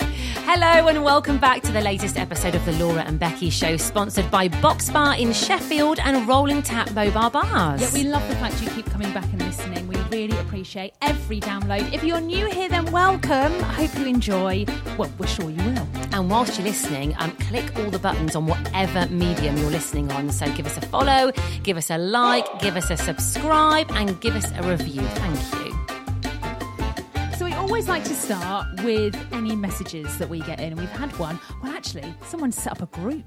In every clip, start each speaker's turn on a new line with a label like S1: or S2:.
S1: Hello and welcome back to the latest episode of the Laura and Becky show, sponsored by Box Bar in Sheffield and Rolling Tap Mobile Bars.
S2: Yeah, we love the fact you keep coming back and listening. We really appreciate every download. If you're new here, then welcome. I hope you enjoy. Well, we're sure you will.
S1: And whilst you're listening, um, click all the buttons on whatever medium you're listening on. So give us a follow, give us a like, give us a subscribe, and give us a review. Thank you.
S2: So we always like to start with any messages that we get in. We've had one. Well, actually, someone set up a group.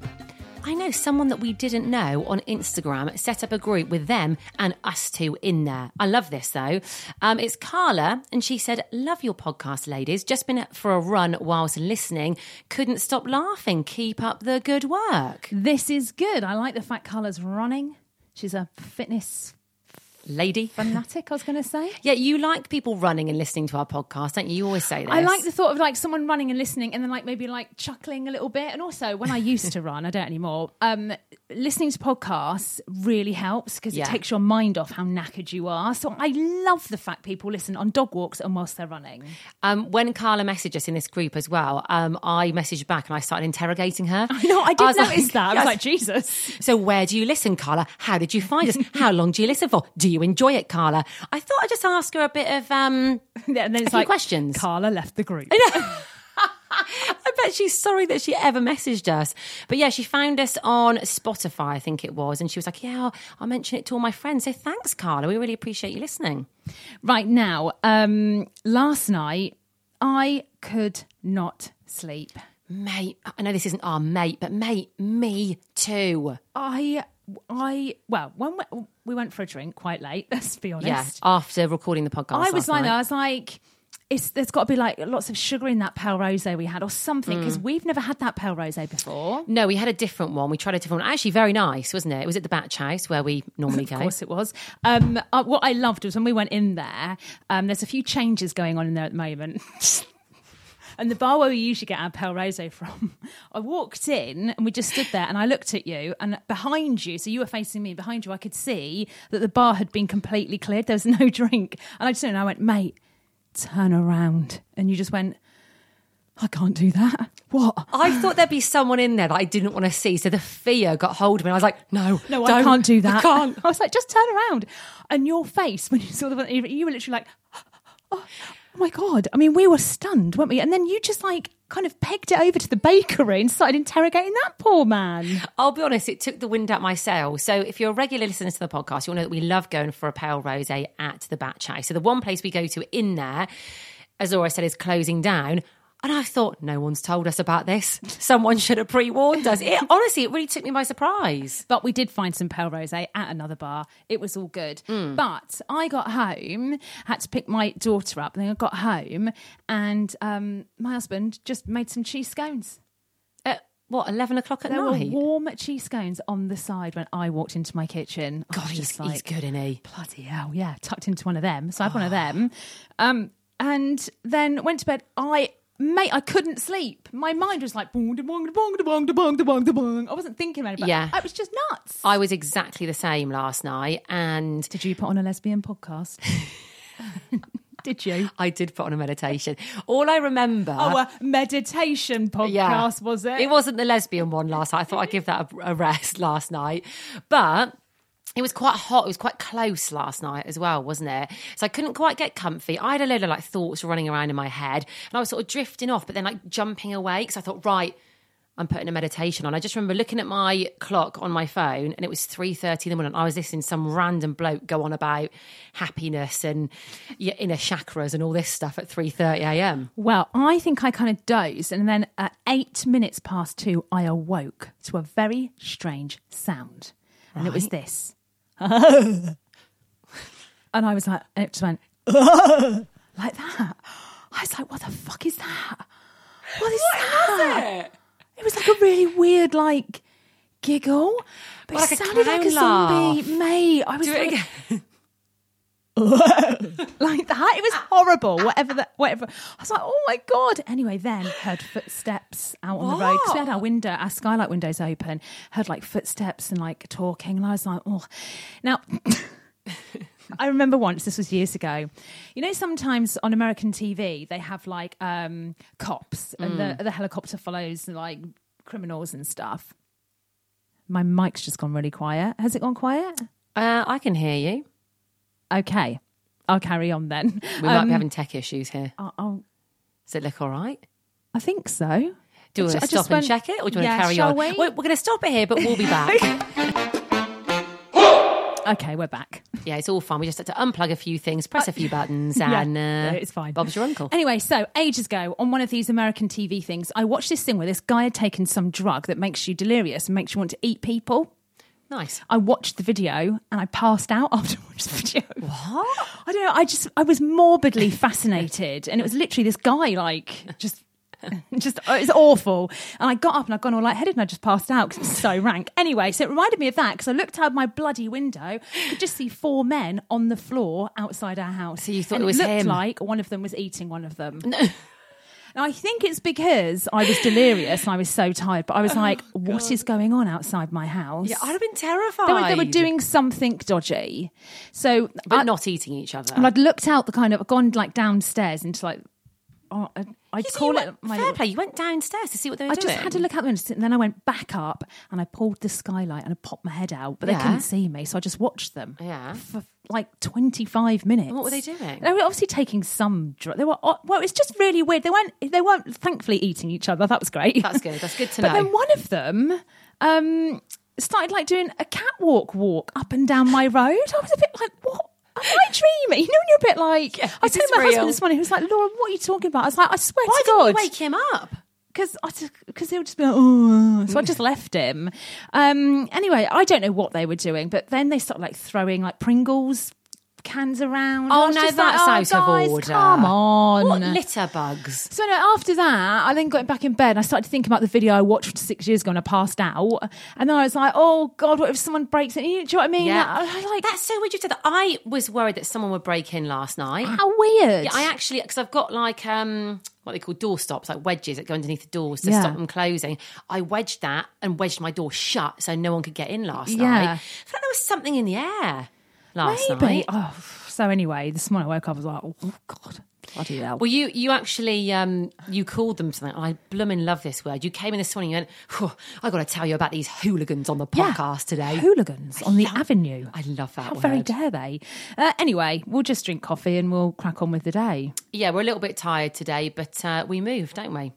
S1: I know someone that we didn't know on Instagram set up a group with them and us two in there. I love this though. Um, it's Carla, and she said, Love your podcast, ladies. Just been for a run whilst listening. Couldn't stop laughing. Keep up the good work.
S2: This is good. I like the fact Carla's running. She's a fitness
S1: Lady.
S2: fanatic, I was going to say.
S1: Yeah, you like people running and listening to our podcast, don't you? You always say this.
S2: I like the thought of like someone running and listening and then like maybe like chuckling a little bit. And also when I used to run, I don't anymore. Um, listening to podcasts really helps because
S1: Yeah.
S2: it takes your mind off how knackered you are. So I love the fact people listen on dog walks and whilst they're running.
S1: Um, when Carla messaged us in this group as well, um, I messaged back and I started interrogating her. I
S2: No, I did
S1: was
S2: notice
S1: like-
S2: that. I
S1: Yes.
S2: was like, Jesus.
S1: So where do you listen, Carla? How did you find us? How long do you listen for? Do you enjoy it, Carla? I thought I'd just ask her a bit of um
S2: And then it's
S1: few
S2: like
S1: questions.
S2: Carla left the group.
S1: I bet she's sorry that she ever messaged us. But yeah, she found us on Spotify, I think it was, and she was like, Yeah, I'll, I'll mention it to all my friends. So thanks, Carla. We really appreciate you listening.
S2: Right now, um, last night I could not sleep.
S1: Mate, I know this isn't our mate, but mate, me too.
S2: I I well, when we, we went for a drink quite late, let's be honest.
S1: Yeah, after recording the podcast.
S2: I
S1: last
S2: was like,
S1: night.
S2: that. I was like, it's, there's got to be like lots of sugar in that pale rosé we had, or something, because we've never had that pale rosé before.
S1: No, we had a different one. We tried a different one. Actually, very nice, wasn't it? It was at the Batch House where we normally go.
S2: Of course, it was. Um, uh, what I loved was when we went in there. Um, there's a few changes going on in there at the moment. And the bar where we usually get our Pale Rosé from, I walked in and we just stood there and I looked at you and behind you, so you were facing me, behind you I could see that the bar had been completely cleared. There was no drink. And I just and I went, mate, turn around. And you just went, I can't do that. What?
S1: I thought there'd be someone in there that I didn't want to see. So the fear got hold of me. I was like, no,
S2: No, I
S1: don't.
S2: can't do that.
S1: I can't.
S2: I was like, just turn around. And your face when you saw the you you were literally like, oh, oh my god. I mean, we were stunned, weren't we? And then you just like kind of pegged it over to the bakery and started interrogating that poor man.
S1: I'll be honest, it took the wind out my sails. So, if you're a regular listener to the podcast, you'll know that we love going for a pale rose at the Batch House. So, the one place we go to in there, as Laura said, is closing down. And I thought, no one's told us about this. Someone should have pre warned us. It, honestly, it really took me by surprise.
S2: But we did find some pale rosé at another bar. It was all good. But I got home, had to pick my daughter up, and then I got home, and um, my husband just made some cheese scones.
S1: At what, 11 o'clock at
S2: There
S1: night?
S2: were warm cheese scones on the side when I walked into my kitchen. I
S1: God,
S2: was
S1: he's,
S2: just like,
S1: he's good, isn't he?
S2: bloody hell, yeah, tucked into one of them. So I had one of them. Um, and then went to bed. I, mate, I couldn't sleep. My mind was like, boom, da bong, da bong, da bong, da bong, da bong, da bong. I wasn't thinking about it. But
S1: Yeah.
S2: I was just nuts.
S1: I was exactly the same last night. And
S2: Did you put on a lesbian podcast? Did you?
S1: I did put on a meditation. All I remember.
S2: Oh, a meditation podcast was it?
S1: It wasn't the lesbian one last night. I thought I'd give that a, a rest last night. But it was quite hot. It was quite close last night as well, wasn't it? So I couldn't quite get comfy. I had a load of like thoughts running around in my head and I was sort of drifting off, but then like jumping away because I thought, right. I'm putting a meditation on. I just remember looking at my clock on my phone and it was 3.30 in the morning. I was listening to some random bloke go on about happiness and your inner chakras and all this stuff at 3.30am.
S2: Well, I think I kind of dozed, and then at eight minutes past two, I awoke to a very strange sound, and it was this, and I was like, and it just went like that. I was like, what the fuck is that? What is that? it? was like a really weird, like giggle, but
S1: Like a
S2: it sounded like a
S1: clown laugh.
S2: zombie. Mate, I was
S1: Do it
S2: like,
S1: again.
S2: like that. It was horrible. Whatever that, whatever. I was like, oh my god. Anyway, then heard footsteps out on the road because we had our window, our skylight windows open. Heard like footsteps and like talking, and I was like, oh. Now, I remember once. This was years ago. You know, sometimes on American TV they have like um cops and
S1: Mm.
S2: the, the helicopter follows like criminals and stuff. My mic's just gone really quiet. Has it gone quiet?
S1: Uh, I can hear you.
S2: Okay. I'll carry on then.
S1: We might be having tech issues here.
S2: I'll- I'll
S1: Does it look all right?
S2: I think so.
S1: Do you want
S2: I
S1: to
S2: just
S1: stop and
S2: went-
S1: check it, or do you
S2: Yeah,
S1: want to carry
S2: shall
S1: on?
S2: we?
S1: We're, we're going to stop it here, but we'll be back.
S2: Okay, we're back.
S1: yeah, it's all fine. We just had to unplug a few things, press a few buttons, and
S2: Yeah,
S1: uh,
S2: it's fine.
S1: Bob's your uncle.
S2: Anyway, so ages ago on one of these American TV things, I watched this thing where this guy had taken some drug that makes you delirious and makes you want to eat people.
S1: Nice.
S2: I watched the video and I passed out after watching the video. What? I don't know. I just I was morbidly fascinated, and it was literally this guy like just. Just oh, it's awful, and I got up and I'd gone all lightheaded and I just passed out because it's so rank. Anyway, so it reminded me of that because I looked out my bloody window, could just see four men on the floor outside our house.
S1: So you thought
S2: and
S1: it was
S2: looked
S1: him?
S2: like one of them was eating one of them. No. Now, I think it's because I was delirious and I was so tired, but I was like, "What is going on outside my house?"
S1: Oh, Yeah, I'd have been terrified.
S2: they were, they were doing something dodgy. So
S1: but
S2: I,
S1: not eating each other.
S2: and I'd looked out the kind of I'd gone like downstairs into like oh, I- I'd
S1: You see,
S2: call
S1: you
S2: it
S1: went-
S2: my
S1: fair
S2: little-
S1: play. You went downstairs to see what they were
S2: I
S1: doing.
S2: just had to look out the window and then I went back up and I pulled the skylight and I popped my head out, but
S1: Yeah.
S2: they couldn't see me, so I just watched them.
S1: Yeah.
S2: For like 25 minutes.
S1: what were they doing?
S2: They were obviously taking some drug. They were well, it was just really weird. They weren't they weren't thankfully eating each other. That was great.
S1: That's good. That's good to
S2: But
S1: know.
S2: then one of them um, started like doing a catwalk walk up and down my road. I was a bit like, what? Am I dreaming? You know, when you're a bit like, I
S1: is
S2: told
S1: this
S2: my
S1: real?
S2: husband this morning, he was like, Laura, what are you talking about? I was like, I swear
S1: Why
S2: to
S1: didn't you
S2: God.
S1: wake him up?
S2: Because because he'll just be like, oh. So I just left him. Um, anyway, I don't know what they were doing, but then they started like throwing like Pringles cans around. And I
S1: Oh,
S2: was
S1: no,
S2: just
S1: that's out
S2: like, oh,
S1: of
S2: guys,
S1: order.
S2: Come on.
S1: What litter bugs?
S2: So no, after that, I then got back in bed and I started to think about the video I watched six years ago and I passed out. And then I was like, oh God, what if someone breaks it? You- Do you know what I mean?
S1: Yeah,
S2: I was like,
S1: that's so weird. You said that. I was worried that someone would break in last night.
S2: how weird.
S1: Yeah, I actually because I've got like um what they call door stops, like wedges that go underneath the doors to
S2: Yeah.
S1: stop them closing. I wedged that and wedged my door shut so no one could get in last night.
S2: Yeah.
S1: I felt there was something in the air last
S2: Maybe.
S1: night.
S2: Oh, so anyway, this morning I woke up, I was like, oh God, bloody hell.
S1: Well, you you actually um, you called them something. I bloomin' love this word. You came in this morning and you went, "Phew, I got to tell you about these hooligans on the
S2: Yeah.
S1: podcast today.
S2: Hooligans on the avenue.
S1: I love that
S2: How
S1: word.
S2: very dare they? Uh, anyway, we'll just drink coffee and we'll crack on with the day.
S1: Yeah, we're a little bit tired today, but uh, we move, don't we?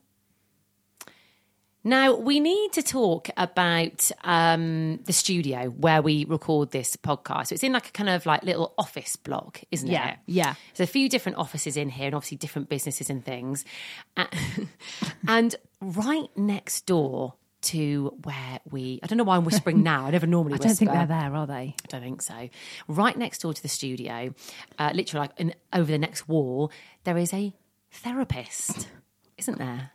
S1: Now, we need to talk about um, the studio where we record this podcast. So it's in like a kind of like little office block, isn't
S2: Yeah,
S1: it?
S2: yeah.
S1: There's a few different offices in here and obviously different businesses and things. A- and right next door to where we, I don't know why I'm whispering now. I never normally
S2: I don't
S1: whisper.
S2: think they're there, are they?
S1: I don't think so. Right next door to the studio, uh, literally like in, over the next wall, there is a therapist, isn't there?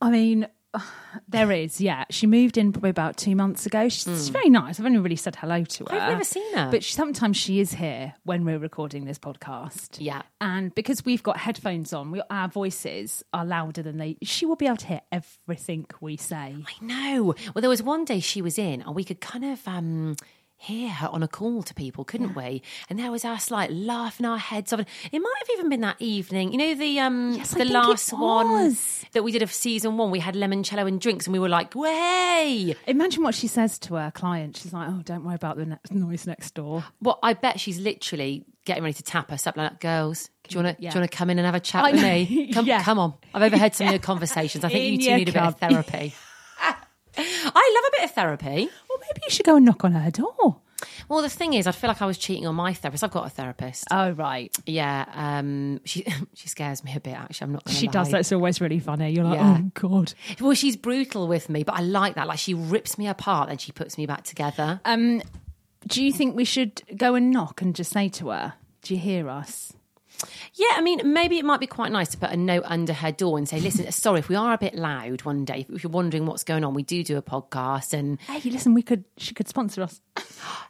S2: I mean, there is, yeah. She moved in probably about two months ago. She's, she's very nice. I've only really said hello to her.
S1: never seen her.
S2: But she, sometimes she is here when we're recording this podcast.
S1: Yeah.
S2: And because we've got headphones on, we, our voices are louder than they. She will be able to hear everything we say.
S1: I know. Well, there was one day she was in, and we could kind of um, hear her on a call to people, couldn't we? And there was us like laughing our heads off. It might have even been that evening. You know the um
S3: Yes, I
S1: the
S3: think it
S1: last one
S3: was.
S1: that we did of season one. We had limoncello and drinks, and we were like, "Way!"
S2: Imagine what she says to her client. She's like, "Oh, don't worry about the ne- noise next door."
S1: Well, I bet she's literally getting ready to tap us up like, that. "Girls, do you want to
S2: Yeah.
S1: do you want to come in and have a chat
S2: I
S1: with
S2: know.
S1: me? Come,
S2: Yeah.
S1: come on. I've overheard some of your conversations. I
S2: In
S1: think you two
S2: your
S1: need a bit of
S2: cub.
S1: therapy." I love a bit of therapy.
S2: Well, maybe you should go and knock on her door.
S1: Well, the thing is, I feel like I was cheating on my therapist. I've got a therapist.
S2: Oh, right.
S1: Yeah, um, she she scares me a bit. Actually, I'm not. Gonna
S2: She
S1: lie.
S2: does. That's always really funny. You're like,
S1: Yeah.
S2: "Oh God."
S1: Well, she's brutal with me, but I like that. Like she rips me apart, then she puts me back together.
S2: Do you think we should go and knock and just say to her, "Do you hear us?"
S1: yeah, I mean, maybe it might be quite nice to put a note under her door and say, "Listen, sorry if we are a bit loud one day. If you're wondering what's going on, we do do a podcast, and
S2: Hey, listen, we could. She could sponsor us,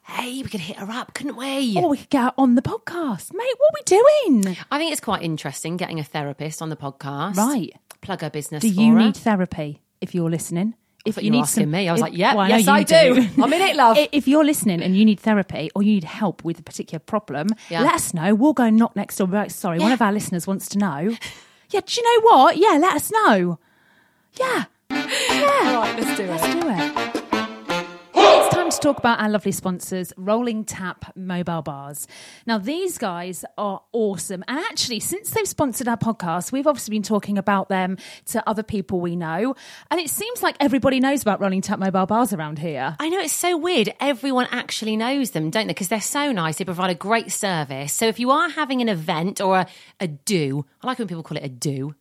S1: hey, we could hit her up, couldn't we?"
S2: or we could get her on the podcast, mate. What are we doing?
S1: I think it's quite interesting getting a therapist on the podcast.
S2: Right.
S1: Plug her business.
S2: Do
S1: for
S2: you
S1: her.
S2: need therapy if you're listening? If
S1: thought you were asking me. I was like, "Yep, yes,
S2: you
S1: I do. I'm in it, love.
S2: I- If you're listening and you need therapy or you need help with a particular problem,
S1: Yeah.
S2: let us know. We'll go and knock next door. We're like, Sorry, one of our listeners wants to know. Yeah, do you know what? Yeah, let us know. Yeah. Yeah. All right, let's do it. Let's do it. It's time to talk about our lovely sponsors, Rolling Tap Mobile Bars. Now, these guys are awesome. And actually, since they've sponsored our podcast, we've obviously been talking about them to other people we know. And it seems like everybody knows about Rolling Tap Mobile Bars around here.
S1: I know it's so weird. Everyone actually knows them, don't they? Because they're so nice. They provide a great service. So if you are having an event or a, a do, I like when people call it a do.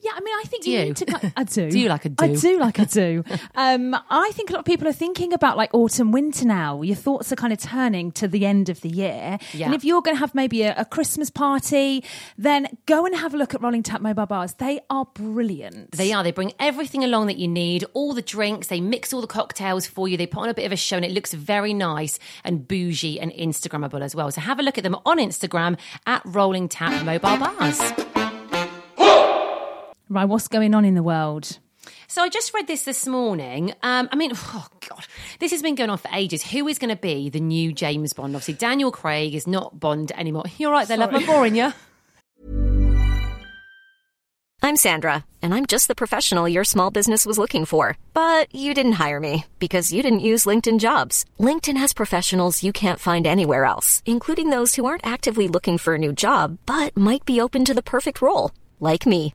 S2: Yeah, I mean, I think you,
S1: you?
S2: need to. ki- I do.
S1: Do you like a
S2: I
S1: do?
S2: do like a do. um, I think a lot of people are thinking about like autumn, winter now. Your thoughts are kind of turning to the end of the year.
S1: Yeah.
S2: And if you're going to have maybe a, a Christmas party, then go and have a look at Rolling Tap Mobile Bars. They are brilliant.
S1: They are. They bring everything along that you need, all the drinks. They mix all the cocktails for you. They put on a bit of a show, and it looks very nice and bougie and Instagrammable as well. So have a look at them on Instagram at Rolling Tap Mobile Bars.
S2: Right, what's going on in the world?
S1: So I just read this this morning. Um, I mean, oh god, this has been going on for ages. Who is going to be the new James Bond? Obviously, Daniel Craig is not Bond anymore. You're right, there, love. I'm boring you.
S3: I'm Sandra, and I'm just the professional your small business was looking for. But you didn't hire me because you didn't use LinkedIn jobs. LinkedIn has professionals you can't find anywhere else, including those who aren't actively looking for a new job but might be open to the perfect role, like me.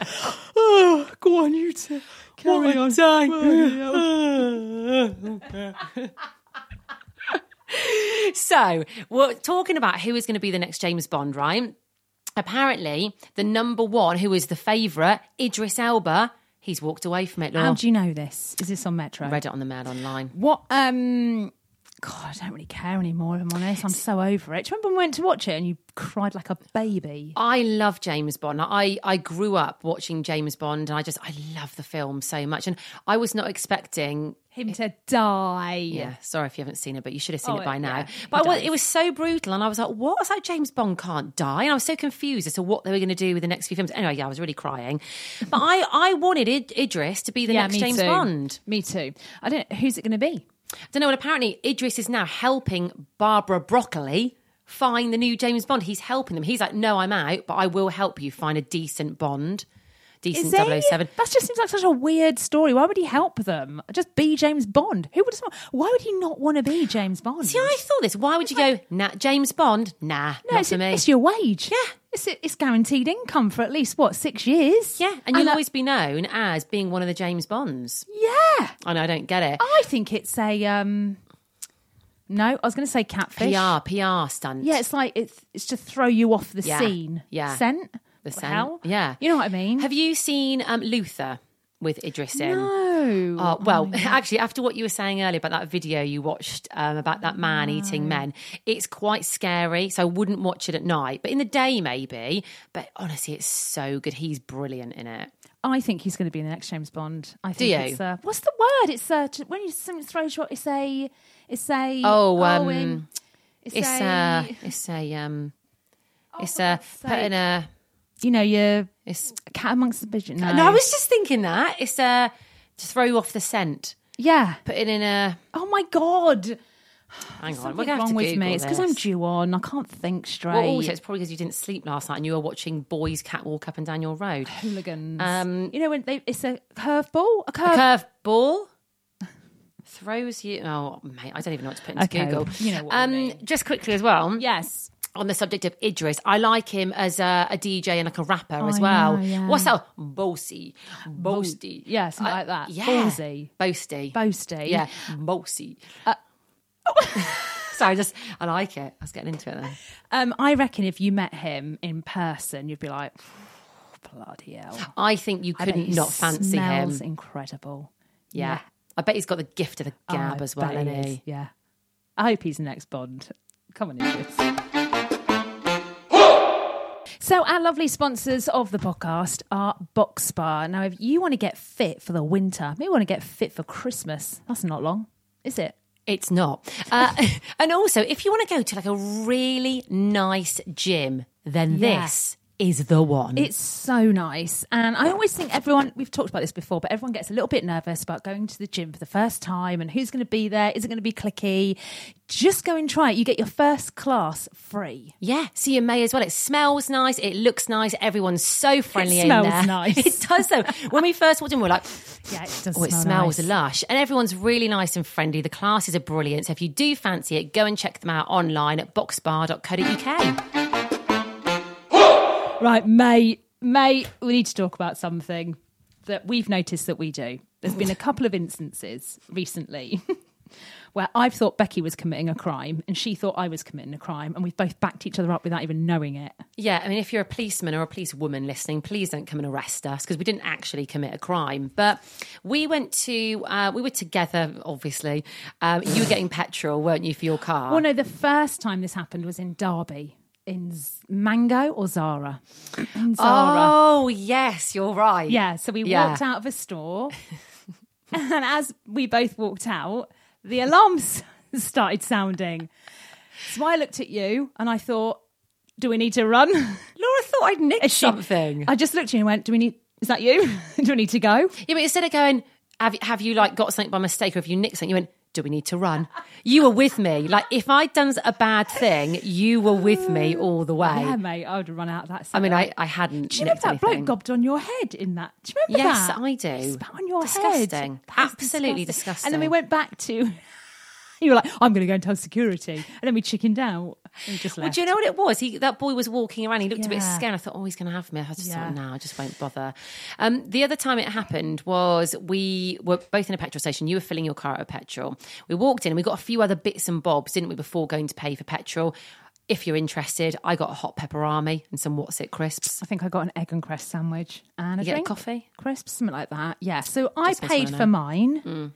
S4: Ah,
S2: Go on, you two. Carry on.
S1: So we're talking about who is going to be the next James Bond, right? Apparently, the number one, who is the favourite, Idris Elba, he's walked away from it. Laura.
S2: How do you know this? Is this on Metro?
S1: read it on the Mad Online.
S2: What? Um, God, I don't really care anymore. If I'm honest, I'm so over it. Do you remember when we went to watch it and you cried like a baby?
S1: I love James Bond. I, I grew up watching James Bond and I just, I love the film so much. And I was not expecting
S2: Him to die.
S1: Yeah, sorry if you haven't seen it, but you should have seen
S2: Oh,
S1: it by
S2: yeah,
S1: now.
S2: he
S1: but I was,
S2: dies.
S1: it was so brutal, and I was like, "What?" I was like, "James Bond can't die," and I was so confused as to what they were going to do with the next few films. Anyway, yeah, I was really crying. But I, I wanted Id- Idris to be the
S2: Yeah,
S1: next
S2: me
S1: James
S2: too.
S1: Bond.
S2: Me too. I don't. Who's it going to be?
S1: I don't know. Well, apparently Idris is now helping Barbara Broccoli find the new James Bond. He's helping them. He's like, "No, I'm out, but I will help you find a decent oh Bond." decent
S2: Is he?
S1: 007.
S2: That just seems like such a weird story. Why would he help them? Just be James Bond. Who would? just want- Why would he not want to be James Bond?
S1: See, I thought this. Why would you go, nah, James Bond? Nah,
S2: no,
S1: not
S2: it's,
S1: for me.
S2: it's your wage. Yeah, it's it's guaranteed income for at least what six years. uh,
S1: yeah, and you'll
S2: I-
S1: always be known as being one of the James Bonds.
S2: yeah.
S1: I know, I don't get it.
S2: I think it's a um. No, I was going to say catfish.
S1: PR, PR stunt.
S2: Yeah, it's like it's it's to throw you off the
S1: Yeah,
S2: scene.
S1: yeah.
S2: scent.
S1: the
S2: What
S1: scent.
S2: hell?
S1: Yeah.
S2: you know what I mean.
S1: Have you seen um, Luther with Idris in?
S2: No.
S1: Oh, well, actually, after what you were saying earlier about that video you watched um, about that man eating men, it's quite scary. So I wouldn't watch it at night, but in the day maybe. But honestly, it's so good. He's brilliant in it.
S2: I think he's going to be in the next James Bond. I think
S1: you?
S2: it's uh, what's the word? It's uh, t- when you something throws you. It's a. It's a.
S1: Oh, um,
S2: in- it's,
S1: It's uh,
S2: a.
S1: a, it's a, um, it's a put in a.
S2: you know, you're
S1: It's
S2: a cat amongst the pigeons. No.
S1: no. I was just thinking that it's a to throw you off the scent.
S2: Yeah.
S1: Put it in a.
S2: Oh my god.
S1: Hang on, we're
S2: Something
S1: gonna have
S2: wrong
S1: to
S2: with
S1: Google
S2: me. It's because I'm
S1: this.
S2: due on. I can't think straight.
S1: Well, also, it's probably because you didn't sleep last night and you were watching boys catwalk up and down your road.
S2: hooligans.
S1: Um,
S2: you know when they? It's a curveball. A curve.
S1: Curve ball throws you. Oh, mate, I don't even know what to put into
S2: Okay,
S1: Google.
S2: you know what I
S1: um,
S2: mean.
S1: Just quickly as well.
S2: yes.
S1: On the subject of Idris, I like him as a, a DJ and like a rapper as
S2: Oh, I
S1: well.
S2: know, yeah.
S1: What's that? Bossy, boasty.
S2: Yeah, something
S1: I-
S2: like that.
S1: Yeah,
S2: Ballsy.
S1: boasty,
S2: Boasty. Uh,
S1: Yeah, boasty. Sorry, just I like it. I was getting into it then.
S2: Um, I reckon if you met him in person, you'd be like, bloody hell.
S1: I think you
S2: I bet
S1: couldn't
S2: he
S1: not fancy him.
S2: smells incredible.
S1: Yeah. I bet he's got the gift of the
S2: Oh,
S1: gab
S2: I
S1: as well,
S2: bet
S1: isn't
S2: he is.
S1: he?
S2: Yeah. I hope he's the next Bond. Come on, idiots. So, our lovely sponsors of the podcast are Box Spa. Now, if you want to get fit for the winter, maybe want to get fit for Christmas, that's not long, is it?
S1: It's not. Uh, and also, if you want to go to like a really nice gym, then
S2: Yeah.
S1: this is the one.
S2: It's so nice. And I always think everyone, we've talked about this before, but everyone gets a little bit nervous about going to the gym for the first time and who's going to be there? Is it going to be clicky? Just go and try it. You get your first class free.
S1: yeah, so you may as well. It smells nice. It looks nice. Everyone's so friendly
S2: smells
S1: in there.
S2: nice.
S1: It does though. when we first walked in, we were like,
S2: Yeah, it does
S1: oh, it smells lush. And everyone's really nice and friendly. The classes are brilliant. So if you do fancy it, go and check them out online at boxbar.co.uk.
S2: Right, mate, mate, we need to talk about something that we've noticed that we do. There's been a couple of instances recently where I've thought Becky was committing a crime and she thought I was committing a crime, and we've both backed each other up without even knowing it.
S1: Yeah, I mean, if you're a policeman or a police woman listening, please don't come and arrest us because we didn't actually commit a crime. But we went to, uh, we were together, obviously. Um, you were getting petrol, weren't you, for your car?
S2: Well, no, the first time this happened was in Derby, in Z- Mango or Zara. In Zara.
S1: Oh, yes, you're right.
S2: Yeah, so we
S1: Yeah.
S2: walked out of a store, and as we both walked out, the alarms started sounding. So I looked at you and I thought, do we need to run?
S1: Laura thought I'd nicked
S2: Is she-
S1: something.
S2: I just looked at you and went, do we need, is that you? do we need to go?
S1: yeah, but instead of going, have, you- have you like got something by mistake or have you nicked something? You went, do we need to run? You were with me. Like, if I'd done a bad thing, you were with me all the way.
S2: Yeah, mate, I would have run out of that.
S1: I mean,
S2: cellar.
S1: I, I hadn't.
S2: Do you remember
S1: nicked
S2: that bloke
S1: anything.
S2: gobbed on your head in that? Do you remember
S1: Yes,
S2: that?
S1: I do.
S2: Spat on your head.
S1: Disgusting.
S2: That is
S1: Absolutely
S2: And then we
S1: disgusting.
S2: went back to. You were like, I'm going to go and tell security, and then we chickened out. And we just
S1: Well,
S2: left.
S1: do you know what it was? He, that boy was walking around. He looked a bit
S2: Yeah.
S1: scared. I thought, oh, he's going to have me. I just
S2: Yeah.
S1: thought, no, I just won't bother. Um, the other time it happened was we were both in a petrol station. You were filling your car up with petrol. We walked in and we got a few other bits and bobs, didn't we, before going to pay for petrol? If you're interested, I got a hot pepper army and some What's It crisps.
S2: I think I got an egg and cress sandwich and
S1: You
S2: a
S1: get a
S2: drink.
S1: coffee?
S2: crisps, something like that. Yeah. So I
S1: Just makes me
S2: paid
S1: wanna know.
S2: for mine
S1: Mm.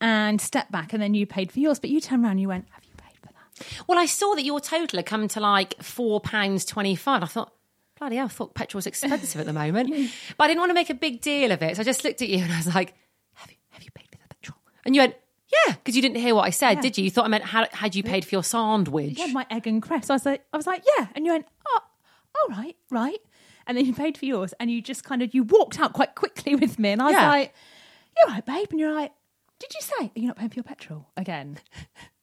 S2: and stepped back, and then you paid for yours. But you turned around, and you went, "Have you paid for that?"
S1: Well, I saw that your total had come to like four pounds twenty-five. I thought. Bloody hell, I thought petrol's expensive at the moment. But I didn't want to make a big deal of it. So I just looked at you and I was like, Have you, have you paid for the petrol? And you went, Yeah, because you didn't hear what I said, did you? You thought I meant, had, had you paid for your sandwich?
S2: Yeah, my egg and cress. I was like, I was like, "Yeah," and you went, "Oh, all right, right." And then you paid for yours, and you just kind of you walked out quite quickly with me, and I was
S1: Yeah.
S2: like, "You're right, babe," and you're like, "Did you say are you not paying for your petrol again?"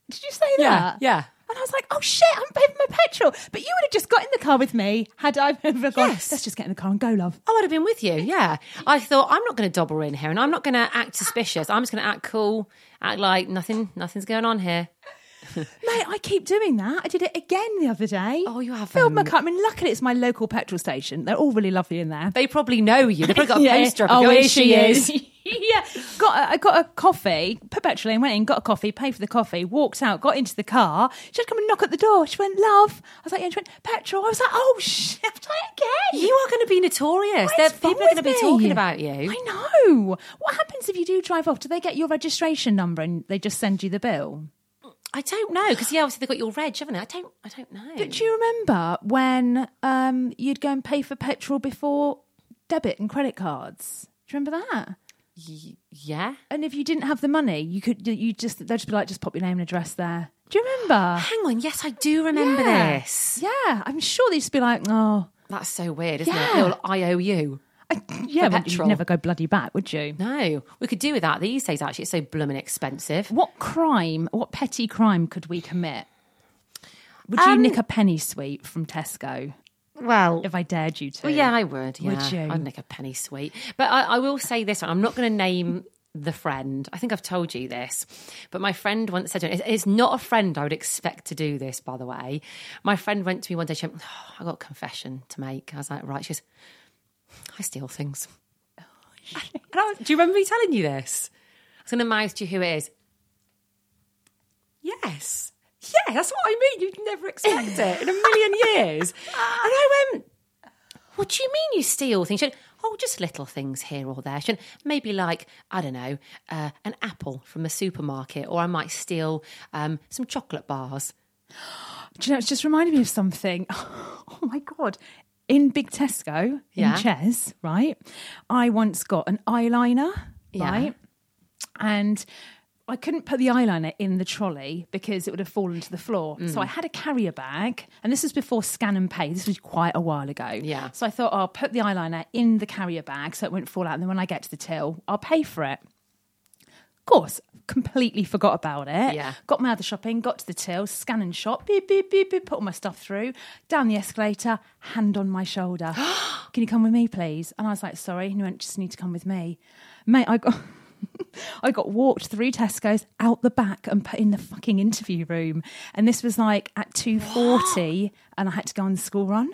S2: Did you say that?
S1: yeah.
S2: And I was like, oh shit, I'm paying for my petrol. But you would have just got in the car with me had I ever gone,
S1: Yes.
S2: let's just get in the car and go, love.
S1: I would have been with you, yeah. I thought I'm not going to dobber in here, and I'm not going to act suspicious. I'm just going to act cool, act like nothing, nothing's going on here.
S2: Mate, I keep doing that. I did it again the other day.
S1: Oh, you have,
S2: Filled my
S1: um,
S2: car. I mean, luckily it's my local petrol station. They're all really lovely in there.
S1: They probably know you. They've probably got a poster up. of
S2: Oh,
S1: you.
S2: here she is. yeah, got a, I got a coffee, put petrol in, went in, got a coffee, paid for the coffee, walked out, got into the car. She had come and knock at the door. She went, "Love," I was like, "Yeah." She went, "Petrol." I was like, "Oh shit, I've done it again."
S1: You are going to be notorious.
S2: What
S1: They're-
S2: is
S1: People are
S2: wrong
S1: going to be
S2: with me?
S1: talking about you.
S2: I know. What happens if you do drive off? Do they get your registration number and they just send you the bill?
S1: I don't know because yeah, obviously they've got your reg, haven't they? I don't, I don't know.
S2: But do you remember when um, you'd go and pay for petrol before debit and credit cards? Do you remember that?
S1: yeah.
S2: And if you didn't have the money, you could you just they'd just be like, just pop your name and address there. Do you remember?
S1: Hang on. Yes, I do remember
S2: Yeah.
S1: this.
S2: Yeah, I'm sure they'd just be like, oh,
S1: That's so weird, isn't
S2: Yeah.
S1: it? Little IOU.
S2: I, yeah, well, you'd
S1: petrol.
S2: never go bloody back, would you?
S1: No, we could do with that these days. Actually, it's so blooming expensive.
S2: What crime? What petty crime could we commit? Would you
S1: Um,
S2: nick a penny sweet from Tesco
S1: Well,
S2: if I dared you to?
S1: Well, yeah, I would. Yeah.
S2: Would you?
S1: I'd make a penny sweet. But I, I will say this one. I'm not going to name the friend. I think I've told you this. But my friend once said to me, it's- it's not a friend I would expect to do this, by the way. My friend went to me one day, she went, oh, I got a confession to make. I was like, right. She goes, I steal things. And I was, do you remember me telling you this? I was going to mouth to you who it is. Yes. Yeah, that's what I mean. You'd never expect it in a million years. And I went, what do you mean you steal things? She went, oh, just little things here or there. She went, maybe like, I don't know, uh, an apple from the supermarket, or I might steal um, some chocolate bars.
S2: Do you know, it's just reminded me of something. Oh my God. In Big Tesco,
S1: Yeah.
S2: in Ches, right? I once got an eyeliner,
S1: Yeah.
S2: right? And I couldn't put the eyeliner in the trolley because it would have fallen to the floor.
S1: Mm.
S2: So I had a carrier bag, and this was before scan and pay. This was quite a while ago.
S1: Yeah.
S2: So I thought, "Oh, I'll put the eyeliner in the carrier bag so it won't fall out. And then when I get to the till, I'll pay for it. Of course, completely forgot about it.
S1: Yeah.
S2: Got my other shopping, got to the till, scan and shop, beep, beep, beep, beep, put all my stuff through, down the escalator, hand on my shoulder. Can you come with me, please? And I was like, sorry. And he went, just need to come with me. Mate, I got. I got walked through Tesco's out the back and put in the fucking interview room. And this was like at 2.40 and I had to go on the school run.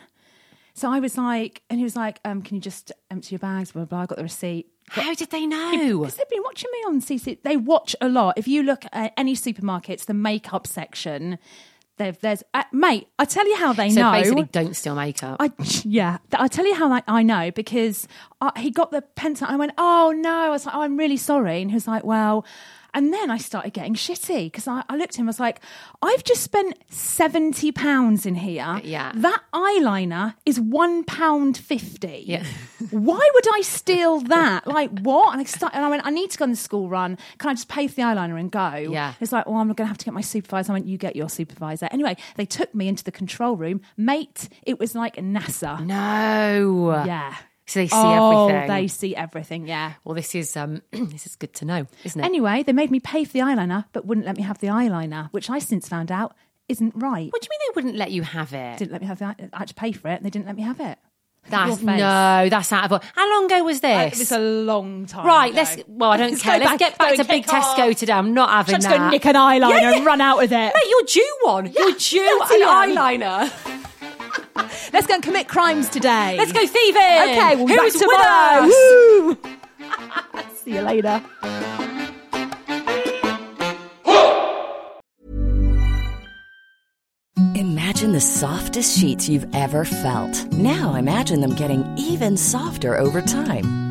S2: So I was like, and he was like, um, can you just empty your bags, blah, blah, blah. I got the receipt.
S1: How did they know?
S2: Because they've been watching me on CC. They watch a lot. If you look at any supermarkets, the makeup section, they've, there's uh, mate. I tell you how they
S1: So
S2: know.
S1: basically, don't steal makeup.
S2: I yeah, Th- I'll tell you how I, I know because I, he got the pencil. And I went, oh no! I was like, oh, I'm really sorry. And he was like, well. And then I started getting shitty because I, I looked at him. I was like, I've just spent seventy pounds in here.
S1: Yeah.
S2: that eyeliner is one pound fifty.
S1: Yeah.
S2: Why would I steal that? Like what? And I start, and I went, I need to go on the school run. Can I just pay for the eyeliner and go?
S1: Yeah.
S2: It's like, well, I'm going to have to get my supervisor. I went, you get your supervisor. Anyway, they took me into the control room. Mate, it was like NASA.
S1: no.
S2: Yeah.
S1: So they see
S2: oh,
S1: everything.
S2: they see everything. Yeah.
S1: Well, this is um, this is good to know, isn't it?
S2: Anyway, they made me pay for the eyeliner, but wouldn't let me have the eyeliner, which I since found out isn't right.
S1: what do you mean they wouldn't let you have it?
S2: Didn't let me have the. eye- I had to pay for it, and they didn't let me have it.
S1: That's
S2: your face.
S1: no, that's out of order. How long ago was
S2: Uh,
S1: this?
S2: It was a long time.
S1: right,
S2: ago.
S1: let's. Well, I don't
S2: Let's
S1: care.
S2: go
S1: Let's get back
S2: go
S1: to
S2: and
S1: Big
S2: kick off.
S1: Tesco today. I'm not having
S2: Should I just
S1: that.
S2: go nick an eyeliner
S1: Yeah, yeah.
S2: and run out with it.
S1: Mate, you're due one. you're due
S2: that's
S1: an
S2: it.
S1: eyeliner.
S2: Let's go and commit crimes today.
S1: Let's go thieving.
S2: Okay, well,
S1: Who
S2: back
S1: is
S2: tomorrow.
S1: with us?
S2: Woo! See you later.
S5: Imagine the softest sheets you've ever felt. Now imagine them getting even softer over time.